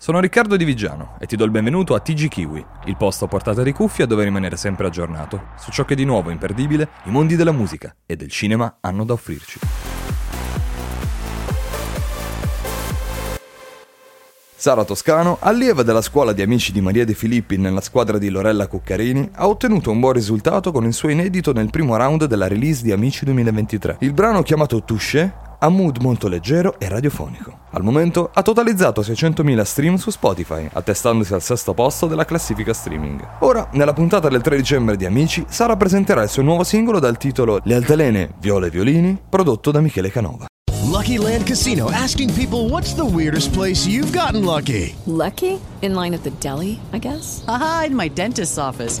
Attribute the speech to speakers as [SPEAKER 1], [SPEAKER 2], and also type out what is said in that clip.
[SPEAKER 1] Sono Riccardo Di Vigiano e ti do il benvenuto a TG Kiwi, il posto a portata di cuffia dove rimanere sempre aggiornato su ciò che di nuovo imperdibile i mondi della musica e del cinema hanno da offrirci. Sara Toscano, allieva della scuola di amici di Maria De Filippi nella squadra di Lorella Cuccarini, ha ottenuto un buon risultato con il suo inedito nel primo round della release di Amici 2023. Il brano chiamato Touché ha mood molto leggero e radiofonico. Al momento ha totalizzato 600.000 stream su Spotify, attestandosi al sesto posto della classifica streaming. Ora, nella puntata del 3 dicembre di Amici, Sara presenterà il suo nuovo singolo dal titolo Le altalene, viole e violini, prodotto da Michele Canova.
[SPEAKER 2] Lucky Land Casino asking people what's the weirdest place you've gotten lucky?
[SPEAKER 3] Lucky? In line at the deli, I guess?
[SPEAKER 4] Aha, in my dentist's office.